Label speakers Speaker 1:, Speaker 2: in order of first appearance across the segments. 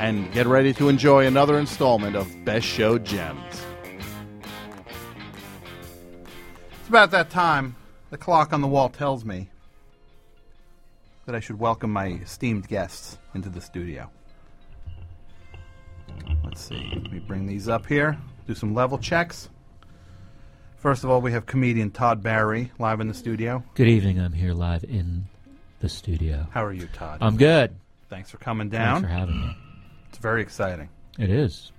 Speaker 1: and get ready to enjoy another installment of Best Show Gems. It's about that time the clock on the wall tells me that I should welcome my esteemed guests into the studio. Let's see. Let me bring these up here, do some level checks. First of all, we have comedian Todd Barry live in the studio.
Speaker 2: Good evening. I'm here live in the studio.
Speaker 1: How are you, Todd?
Speaker 2: I'm good.
Speaker 1: Thanks for coming
Speaker 2: Thanks
Speaker 1: down.
Speaker 2: for having me.
Speaker 1: It's very exciting.
Speaker 2: It is.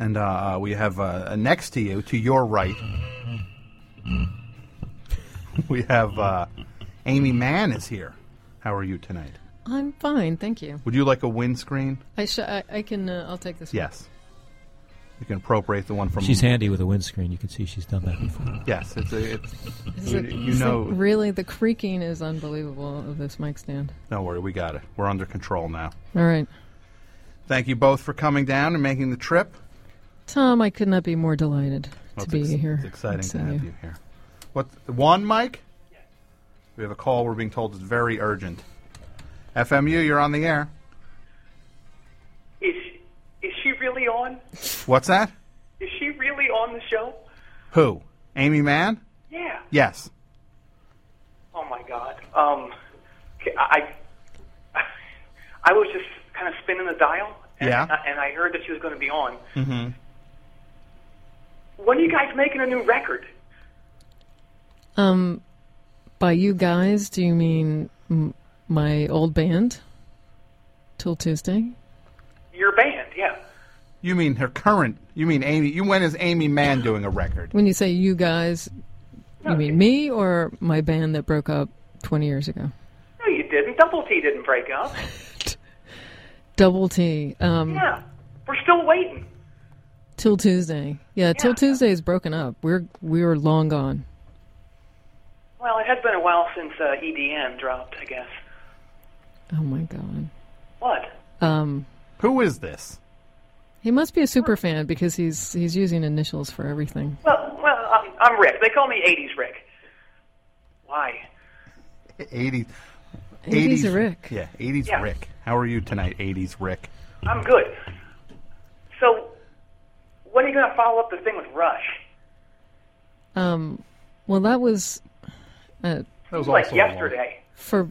Speaker 1: And uh, we have uh, next to you, to your right, we have uh, Amy Mann is here. How are you tonight?
Speaker 3: I'm fine, thank you.
Speaker 1: Would you like a windscreen?
Speaker 3: I sh- I, I can. Uh, I'll take this.
Speaker 1: Yes. You can appropriate the one from.
Speaker 2: She's handy with a windscreen. You can see she's done that before.
Speaker 1: Yes, it's a, it's,
Speaker 3: One. Is
Speaker 1: you,
Speaker 3: it-
Speaker 1: you
Speaker 3: is it
Speaker 1: know.
Speaker 3: really, the creaking is unbelievable of this mic stand.
Speaker 1: Don't worry, we got it. We're under control now.
Speaker 3: All right,
Speaker 1: Thank you both for coming down and making the trip.
Speaker 3: Tom, I could not be more delighted
Speaker 1: Well,
Speaker 3: to be
Speaker 1: ex-
Speaker 3: here.
Speaker 1: It's
Speaker 3: uh,
Speaker 1: exciting to
Speaker 3: seeing
Speaker 1: have you here. What one, Mike? We have a call. We're being told it's very urgent. FMU, you're on the air.
Speaker 4: Is is she really on?
Speaker 1: What's that?
Speaker 4: Is she really on the show?
Speaker 1: Who? Amy Mann?
Speaker 4: Yeah.
Speaker 1: Yes.
Speaker 4: Oh my God. Um, okay, I I I was just kind of spinning the dial. And,
Speaker 1: Yeah.
Speaker 4: and I heard that she was going to be on. Mm-hmm. When are you guys making a new record?
Speaker 3: Um, by you guys, do you mean m- my old band, Till Tuesday?
Speaker 4: Your band, yeah.
Speaker 1: You mean her current? You mean Amy? You when is Amy Mann doing a record?
Speaker 3: When you say you guys, you mean me or my band that broke up 20 years ago?
Speaker 4: No, you didn't. Double T didn't break up.
Speaker 3: Double T. Um,
Speaker 4: Yeah. We're still waiting.
Speaker 3: Till Tuesday. Yeah, Till
Speaker 4: Yeah.
Speaker 3: Tuesday is broken up. We're we were long gone.
Speaker 4: Well, it has been a while since uh, EDM dropped, I guess.
Speaker 3: Oh my god.
Speaker 4: What?
Speaker 3: Um,
Speaker 1: Who is this?
Speaker 3: he must be a super fan because he's he's using initials for everything.
Speaker 4: Well, well, I'm, I'm Rick. They call me '80s Rick. Why?
Speaker 1: Eighties.
Speaker 3: 80s Rick.
Speaker 1: Yeah, eighties
Speaker 4: Yeah.
Speaker 1: Rick. How are you tonight, eighties Rick?
Speaker 4: I'm good. So, when are you going to follow up the thing with Rush?
Speaker 3: Um, well, that was uh,
Speaker 1: That was
Speaker 4: Like
Speaker 1: also a long-
Speaker 4: yesterday.
Speaker 3: for.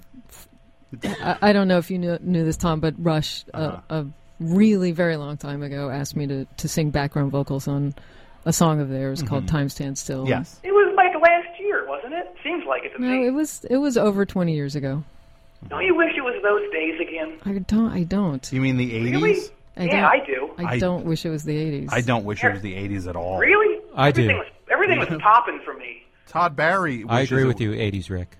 Speaker 3: I, I don't know if you knew, knew this, Tom, but Rush
Speaker 1: Uh-huh.
Speaker 3: uh a, really very long time ago asked me to to sing background vocals on a song of theirs
Speaker 1: Mm-hmm.
Speaker 3: called "Time Stands Still."
Speaker 1: Yes.
Speaker 4: It was like last year, wasn't it? Seems like it to
Speaker 3: No,
Speaker 4: me.
Speaker 3: it was it was over twenty years ago.
Speaker 4: Don't you wish it was those days again?
Speaker 3: I don't. I don't.
Speaker 1: You mean the
Speaker 4: Really?
Speaker 1: eighties?
Speaker 3: I
Speaker 4: yeah,
Speaker 3: don't-
Speaker 4: I do.
Speaker 3: I,
Speaker 1: I-
Speaker 3: don't wish it was the eighties.
Speaker 1: I don't wish it was the eighties at all.
Speaker 4: really?
Speaker 2: I do.
Speaker 4: everything Was, everything was popping for me.
Speaker 1: Todd Barry.
Speaker 2: I
Speaker 1: wishes
Speaker 2: agree
Speaker 1: it
Speaker 2: with
Speaker 1: w-
Speaker 2: you, 80s Rick.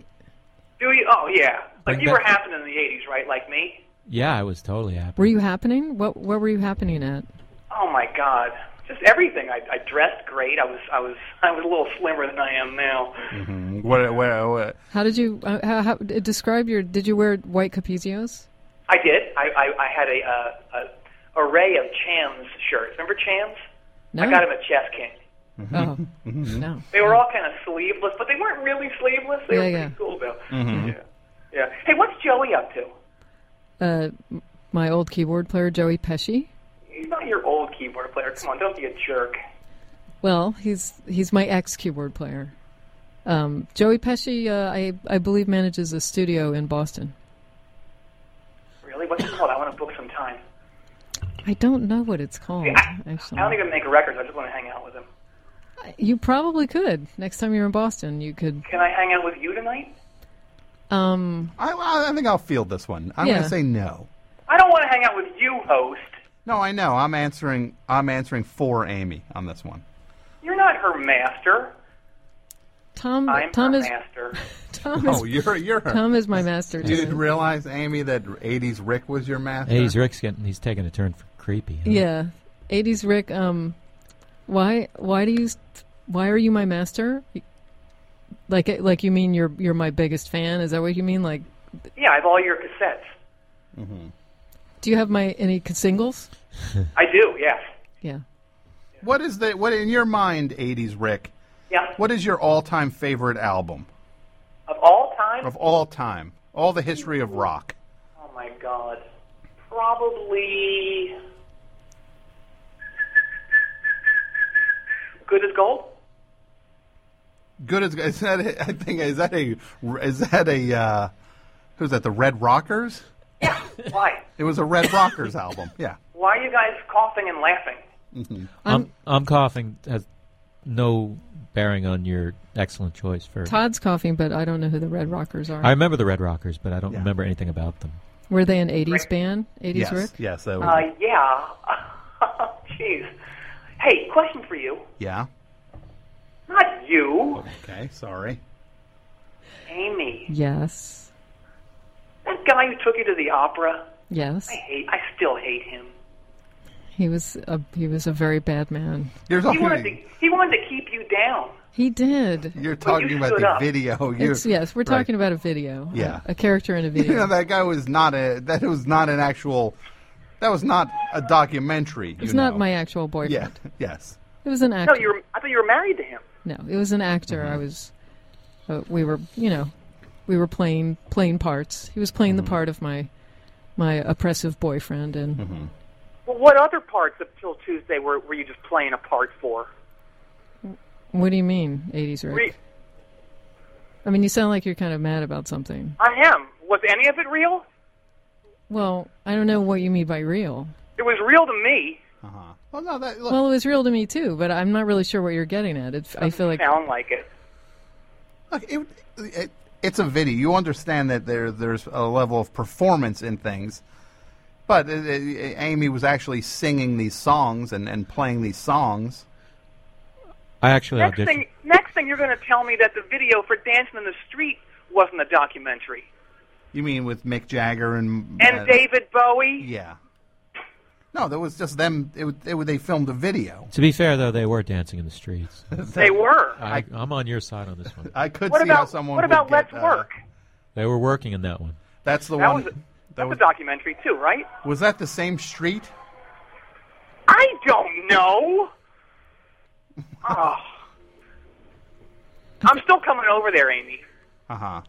Speaker 4: Do you? Oh yeah. Like
Speaker 2: Bring
Speaker 4: you were
Speaker 2: back-
Speaker 4: happening in the '80s, right? Like me.
Speaker 2: Yeah, I was totally happy.
Speaker 3: Were you happening? What what were you happening at?
Speaker 4: Oh my God. Just everything. I, I dressed great. I was, I was, I was a little slimmer than I am now.
Speaker 1: What, what, what-
Speaker 3: How did you uh, how, how, describe your? Did you wear white capizios?
Speaker 4: I did. I, I, I had a, uh, a array of Cham's shirts. Remember Cham's?
Speaker 3: No.
Speaker 4: I got them at Chess King.
Speaker 1: Mm-hmm.
Speaker 3: Oh no.
Speaker 4: They were all kind of sleeveless, but they weren't really sleeveless. They
Speaker 3: Yeah,
Speaker 4: were
Speaker 3: yeah.
Speaker 4: pretty cool though. Yeah. Yeah. Hey, what's Joey up to?
Speaker 3: Uh, m- my old keyboard player Joey Pesci.
Speaker 4: He's not your old keyboard player. Come on, don't be a jerk.
Speaker 3: Well, he's he's my ex keyboard player. Um, Joey Pesci, uh, I I believe manages a studio in Boston.
Speaker 4: Really? What's it called? I want to book some time.
Speaker 3: I don't know what it's called.
Speaker 4: I don't
Speaker 3: Actually,
Speaker 4: even make records. I just want to hang out with him.
Speaker 3: you probably could next time you're in Boston. You could.
Speaker 4: Can I hang out with you tonight?
Speaker 3: Um,
Speaker 1: I- I, I think I'll field this one. I'm
Speaker 3: Yeah.
Speaker 1: gonna say no.
Speaker 4: I don't want to hang out with you, host.
Speaker 1: No, I know. I'm answering. I'm answering for Amy on this one.
Speaker 4: You're not her master.
Speaker 3: Tom
Speaker 4: I'm
Speaker 3: Tom
Speaker 4: her
Speaker 3: is
Speaker 4: master.
Speaker 3: Tom is
Speaker 1: Oh, you're you're her.
Speaker 3: Tom is my master.
Speaker 1: you
Speaker 3: too.
Speaker 1: didn't realize, Amy, that '80s Rick was your master.
Speaker 2: Hey, he's Rick's getting. He's taking a turn for creepy. huh?
Speaker 3: Yeah, eighties Rick. Um, why why do you s- why are you my master? Like like you mean you're you're my biggest fan? Is that what you mean? Like
Speaker 4: Yeah, I have all your cassettes.
Speaker 3: do you have my any c- singles?
Speaker 4: I do. Yes.
Speaker 3: Yeah.
Speaker 1: What is the what in your mind, '80s Rick?
Speaker 4: Yeah.
Speaker 1: What is your all-time favorite album
Speaker 4: Of all time.
Speaker 1: of all time? All the history of rock.
Speaker 4: Oh my god. Probably. Good as gold.
Speaker 1: Good as is that? A, I think is that a is that a uh, who's that? The Red Rockers.
Speaker 4: Yeah. Why?
Speaker 1: It was a Red Rockers album. Yeah.
Speaker 4: Why are you guys coughing and laughing?
Speaker 2: I'm I'm coughing has no bearing on your excellent choice for.
Speaker 3: Todd's coughing, but I don't know who the Red Rockers are.
Speaker 2: I remember the Red Rockers, but I don't remember anything about them.
Speaker 3: Were they an eighties band? Eighties
Speaker 1: yes.
Speaker 3: Rick?
Speaker 1: Yes. That was,
Speaker 4: Uh, yeah. Jeez. Hey, question for you.
Speaker 1: yeah.
Speaker 4: Not you,
Speaker 1: Okay. Sorry.
Speaker 4: Amy.
Speaker 3: Yes.
Speaker 4: That guy who took you to the opera.
Speaker 3: Yes.
Speaker 4: I hate. I still hate him.
Speaker 3: He was a he was a very bad man.
Speaker 1: You're
Speaker 4: He
Speaker 1: talking.
Speaker 4: wanted to. He wanted to keep you down.
Speaker 3: He did.
Speaker 1: You're talking
Speaker 4: you
Speaker 1: about
Speaker 4: stood
Speaker 1: the
Speaker 4: up.
Speaker 1: video. You,
Speaker 3: It's, yes, we're talking about a video.
Speaker 1: Yeah.
Speaker 3: A, a character in a video.
Speaker 1: You know that guy was not a. That was not an actual. That was not a documentary.
Speaker 3: it's not my actual boyfriend.
Speaker 1: Yeah. Yes.
Speaker 3: It was an
Speaker 4: No,
Speaker 3: actor.
Speaker 4: you were. I thought you were married to him.
Speaker 3: No, it was an actor.
Speaker 1: Mm-hmm.
Speaker 3: I was, uh, we were, you know, we were playing playing parts. He was playing
Speaker 1: Mm-hmm.
Speaker 3: the part of my my oppressive boyfriend, and
Speaker 1: Mm-hmm.
Speaker 4: Well, what other parts of Till Tuesday were were you just playing a part for?
Speaker 3: what do you mean, eighties Rick?
Speaker 4: Re-
Speaker 3: I mean, you sound like you're kind of mad about something.
Speaker 4: I am. Was any of it real?
Speaker 3: Well, I don't know what you mean by real.
Speaker 4: It was real to me.
Speaker 1: Uh-huh. Well, no. That look,
Speaker 3: Well, it was real to me too, but I'm not really sure what you're getting at. It, I feel like
Speaker 4: Sound like it.
Speaker 1: look it, it, it's a video. You understand that there there's a level of performance in things, but it, it, Amy was actually singing these songs and, and playing these songs.
Speaker 2: I actually
Speaker 4: Next
Speaker 2: auditioned.
Speaker 4: thing, next thing, you're going to tell me that the video for Dancing in the Street wasn't a documentary.
Speaker 1: You mean with Mick Jagger and
Speaker 4: And
Speaker 1: uh,
Speaker 4: David Bowie.
Speaker 1: Yeah. No, that was just them. It, was- it, was- they filmed a video.
Speaker 2: to be fair, though, they were dancing in the streets.
Speaker 4: They were.
Speaker 2: I, I'm on your side on this one.
Speaker 1: I could
Speaker 4: What
Speaker 1: see how
Speaker 4: about
Speaker 1: someone.
Speaker 4: what
Speaker 1: would
Speaker 4: about
Speaker 1: get,
Speaker 4: Let's
Speaker 1: uh,
Speaker 4: Work?
Speaker 2: They were working in that one.
Speaker 1: That's the
Speaker 4: That
Speaker 1: one.
Speaker 4: was a,
Speaker 1: that
Speaker 4: that's a
Speaker 1: was,
Speaker 4: documentary too, right?
Speaker 1: was that the same street?
Speaker 4: I don't know. oh. I'm still coming over there, Amy.
Speaker 1: Uh huh.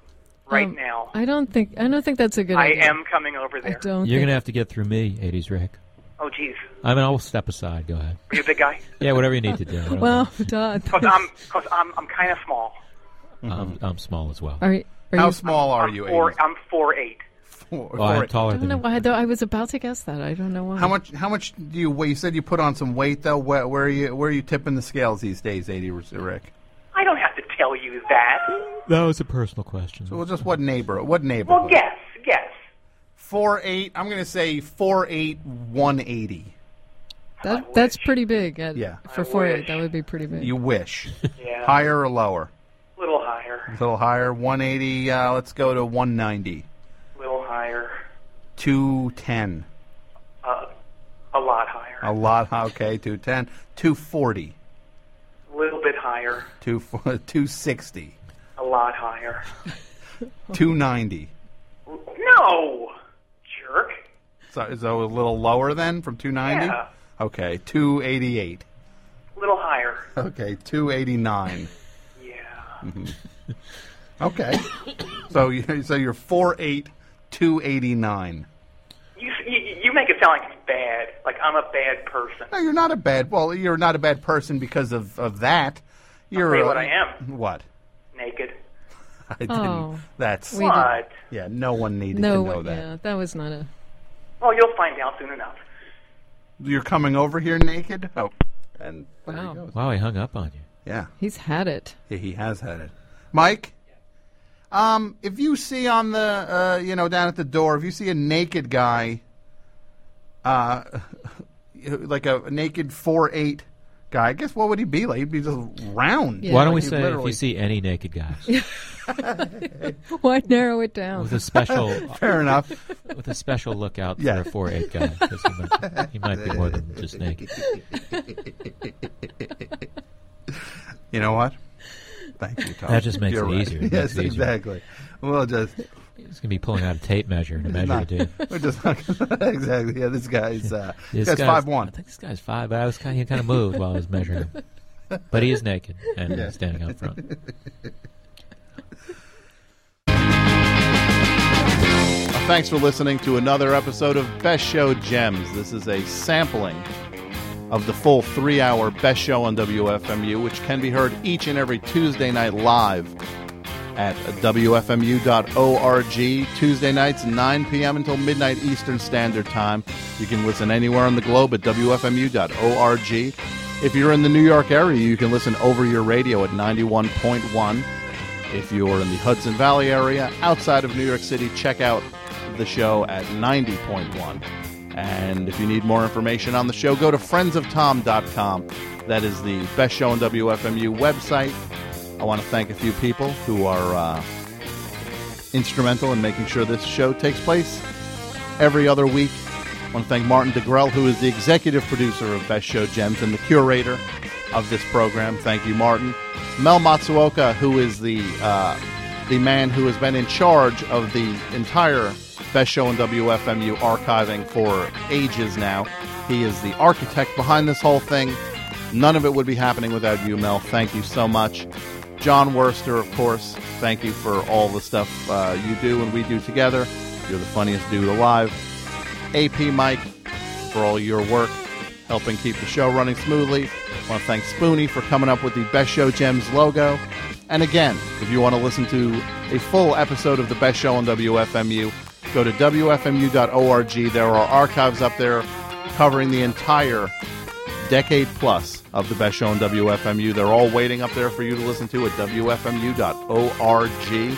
Speaker 4: Right
Speaker 3: um,
Speaker 4: now,
Speaker 3: I don't think I don't think that's a good
Speaker 4: I
Speaker 3: idea.
Speaker 4: am coming over
Speaker 3: I
Speaker 4: there.
Speaker 3: don't.
Speaker 2: You're
Speaker 3: think-
Speaker 2: gonna have to get through me, '80s Rick.
Speaker 4: Oh, jeez.
Speaker 2: I mean, I'll step aside. Go ahead.
Speaker 4: Are you a big guy?
Speaker 2: Yeah, whatever you need to do. I don't
Speaker 3: Well, Todd,
Speaker 4: Because I'm, cause I'm, I'm kind of small.
Speaker 2: know. I'm, I'm small as well.
Speaker 3: are, you- are
Speaker 1: How
Speaker 3: you?
Speaker 1: small are
Speaker 4: I'm
Speaker 1: you?
Speaker 4: Four,
Speaker 1: 80s?
Speaker 4: I'm four eight.
Speaker 1: Four-
Speaker 2: Well, Oh, I'm
Speaker 1: four-
Speaker 3: I
Speaker 2: taller
Speaker 3: don't
Speaker 2: than
Speaker 3: know
Speaker 2: you.
Speaker 3: why. Though I was about to guess that. I don't know why.
Speaker 1: How much? How much do you weigh? You said you put on some weight, though. Where, where are you? Where are you tipping the scales these days, eighty Rick?
Speaker 4: I don't have to tell you that.
Speaker 2: That was a personal question.
Speaker 1: Well, just what neighbor? What neighbor?
Speaker 4: Well, guess, guess.
Speaker 1: Four eight. I'm going to say four eight one eighty.
Speaker 3: That that's pretty big. At,
Speaker 1: Yeah.
Speaker 3: For
Speaker 4: I
Speaker 3: four eight,
Speaker 4: wish.
Speaker 3: that would be pretty big.
Speaker 1: You wish
Speaker 4: Yeah,
Speaker 1: higher or lower?
Speaker 4: a little higher,
Speaker 1: A little higher. One eighty. Uh, let's go to one ninety.
Speaker 4: a little higher,
Speaker 1: Two ten.
Speaker 4: uh, a lot higher,
Speaker 1: A lot. Okay. Two ten. Two forty.
Speaker 4: a little bit higher,
Speaker 1: Two two sixty.
Speaker 4: a lot higher.
Speaker 1: Two ninety.
Speaker 4: No, jerk.
Speaker 1: So, so a little lower then from two ninety.
Speaker 4: Yeah.
Speaker 1: Okay. Two eighty eight.
Speaker 4: A little higher.
Speaker 1: Okay. Two eighty nine.
Speaker 4: Yeah.
Speaker 1: Okay. so you so you're four eight two eighty nine.
Speaker 4: You, you you make it sound like I'm bad. Like I'm a bad person.
Speaker 1: No, you're not a bad. Well, you're not a bad person because of of that. You're
Speaker 4: tell you
Speaker 1: a-
Speaker 4: what I am.
Speaker 1: What?
Speaker 4: Naked.
Speaker 1: I didn't.
Speaker 3: Oh.
Speaker 1: That's
Speaker 3: We-
Speaker 4: But
Speaker 1: yeah. No one needed
Speaker 3: no,
Speaker 1: to know that.
Speaker 3: yeah, that was not a.
Speaker 4: well, you'll find out soon enough.
Speaker 1: You're coming over here naked. Oh, and there he
Speaker 3: Wow.
Speaker 1: goes.
Speaker 2: wow, he hung up on you.
Speaker 1: Yeah.
Speaker 3: He's had it.
Speaker 1: Yeah, he has had it. Mike, um, if you see on the, uh, you know, down at the door, if you see a naked guy, uh, like a naked four eight guy, I guess what would he be like? He'd be just round.
Speaker 3: Yeah.
Speaker 2: Why don't we
Speaker 1: Like,
Speaker 2: say if
Speaker 1: literally-
Speaker 2: you see any naked guys?
Speaker 3: Why narrow it down?
Speaker 2: with a special
Speaker 5: Fair enough.
Speaker 2: with a special lookout for
Speaker 5: Yeah.
Speaker 2: a four eight guy. 'cause He might, he might be more than just naked.
Speaker 5: You know what? Thank you, Tom.
Speaker 2: That just makes
Speaker 5: You're
Speaker 2: it
Speaker 5: right.
Speaker 2: easier. It
Speaker 5: yes,
Speaker 2: makes it easier.
Speaker 5: exactly. We'll just
Speaker 2: He's gonna be pulling out a tape measure and a measure
Speaker 5: not,
Speaker 2: to do.
Speaker 5: we're just not gonna, exactly. Yeah, this guy's uh,
Speaker 2: This
Speaker 5: that's
Speaker 2: guy's-
Speaker 5: five
Speaker 2: I
Speaker 5: one.
Speaker 2: think this guy's five, but I was kind of, he kind of moved while I was measuring him. But he is naked and
Speaker 5: Yeah.
Speaker 2: standing out front.
Speaker 1: Thanks for listening to another episode of Best Show Gems. This is a sampling of the full three hour Best Show on WFMU, which can be heard each and every Tuesday night live at WFMU.org, Tuesday nights, 9 p.m. until midnight Eastern Standard Time. You can listen anywhere on the globe at WFMU.org. If you're in the New York area, you can listen over your radio at 91.1. If you're in the Hudson Valley area outside of New York City, check out the show at 90.1. And if you need more information on the show, go to friendsoftom.com. That is the best show on WFMU website. I want to thank a few people who are uh, instrumental in making sure this show takes place every other week. I want to thank Martin DeGrell, who is the executive producer of Best Show Gems and the curator of this program. Thank you, Martin. Mel Matsuoka, who is the uh, the man who has been in charge of the entire Best Show and WFMU archiving for ages now. He is the architect behind this whole thing. None of it would be happening without you, Mel. Thank you so much. John Worster, of course, thank you for all the stuff uh, you do and we do together. You're the funniest dude alive. AP Mike for all your work helping keep the show running smoothly. I want to thank Spoonie for coming up with the Best Show Gems logo. And again, if you want to listen to a full episode of the Best Show on WFMU, go to WFMU.org. There are archives up there covering the entire decade plus of the best show on WFMU. They're all waiting up there for you to listen to at WFMU.org.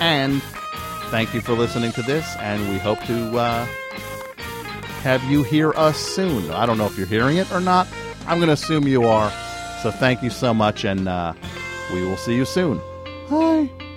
Speaker 1: And thank you for listening to this, and we hope to uh, have you hear us soon. I don't know if you're hearing it or not. I'm going to assume you are. So thank you so much, and uh, we will see you soon. Hi.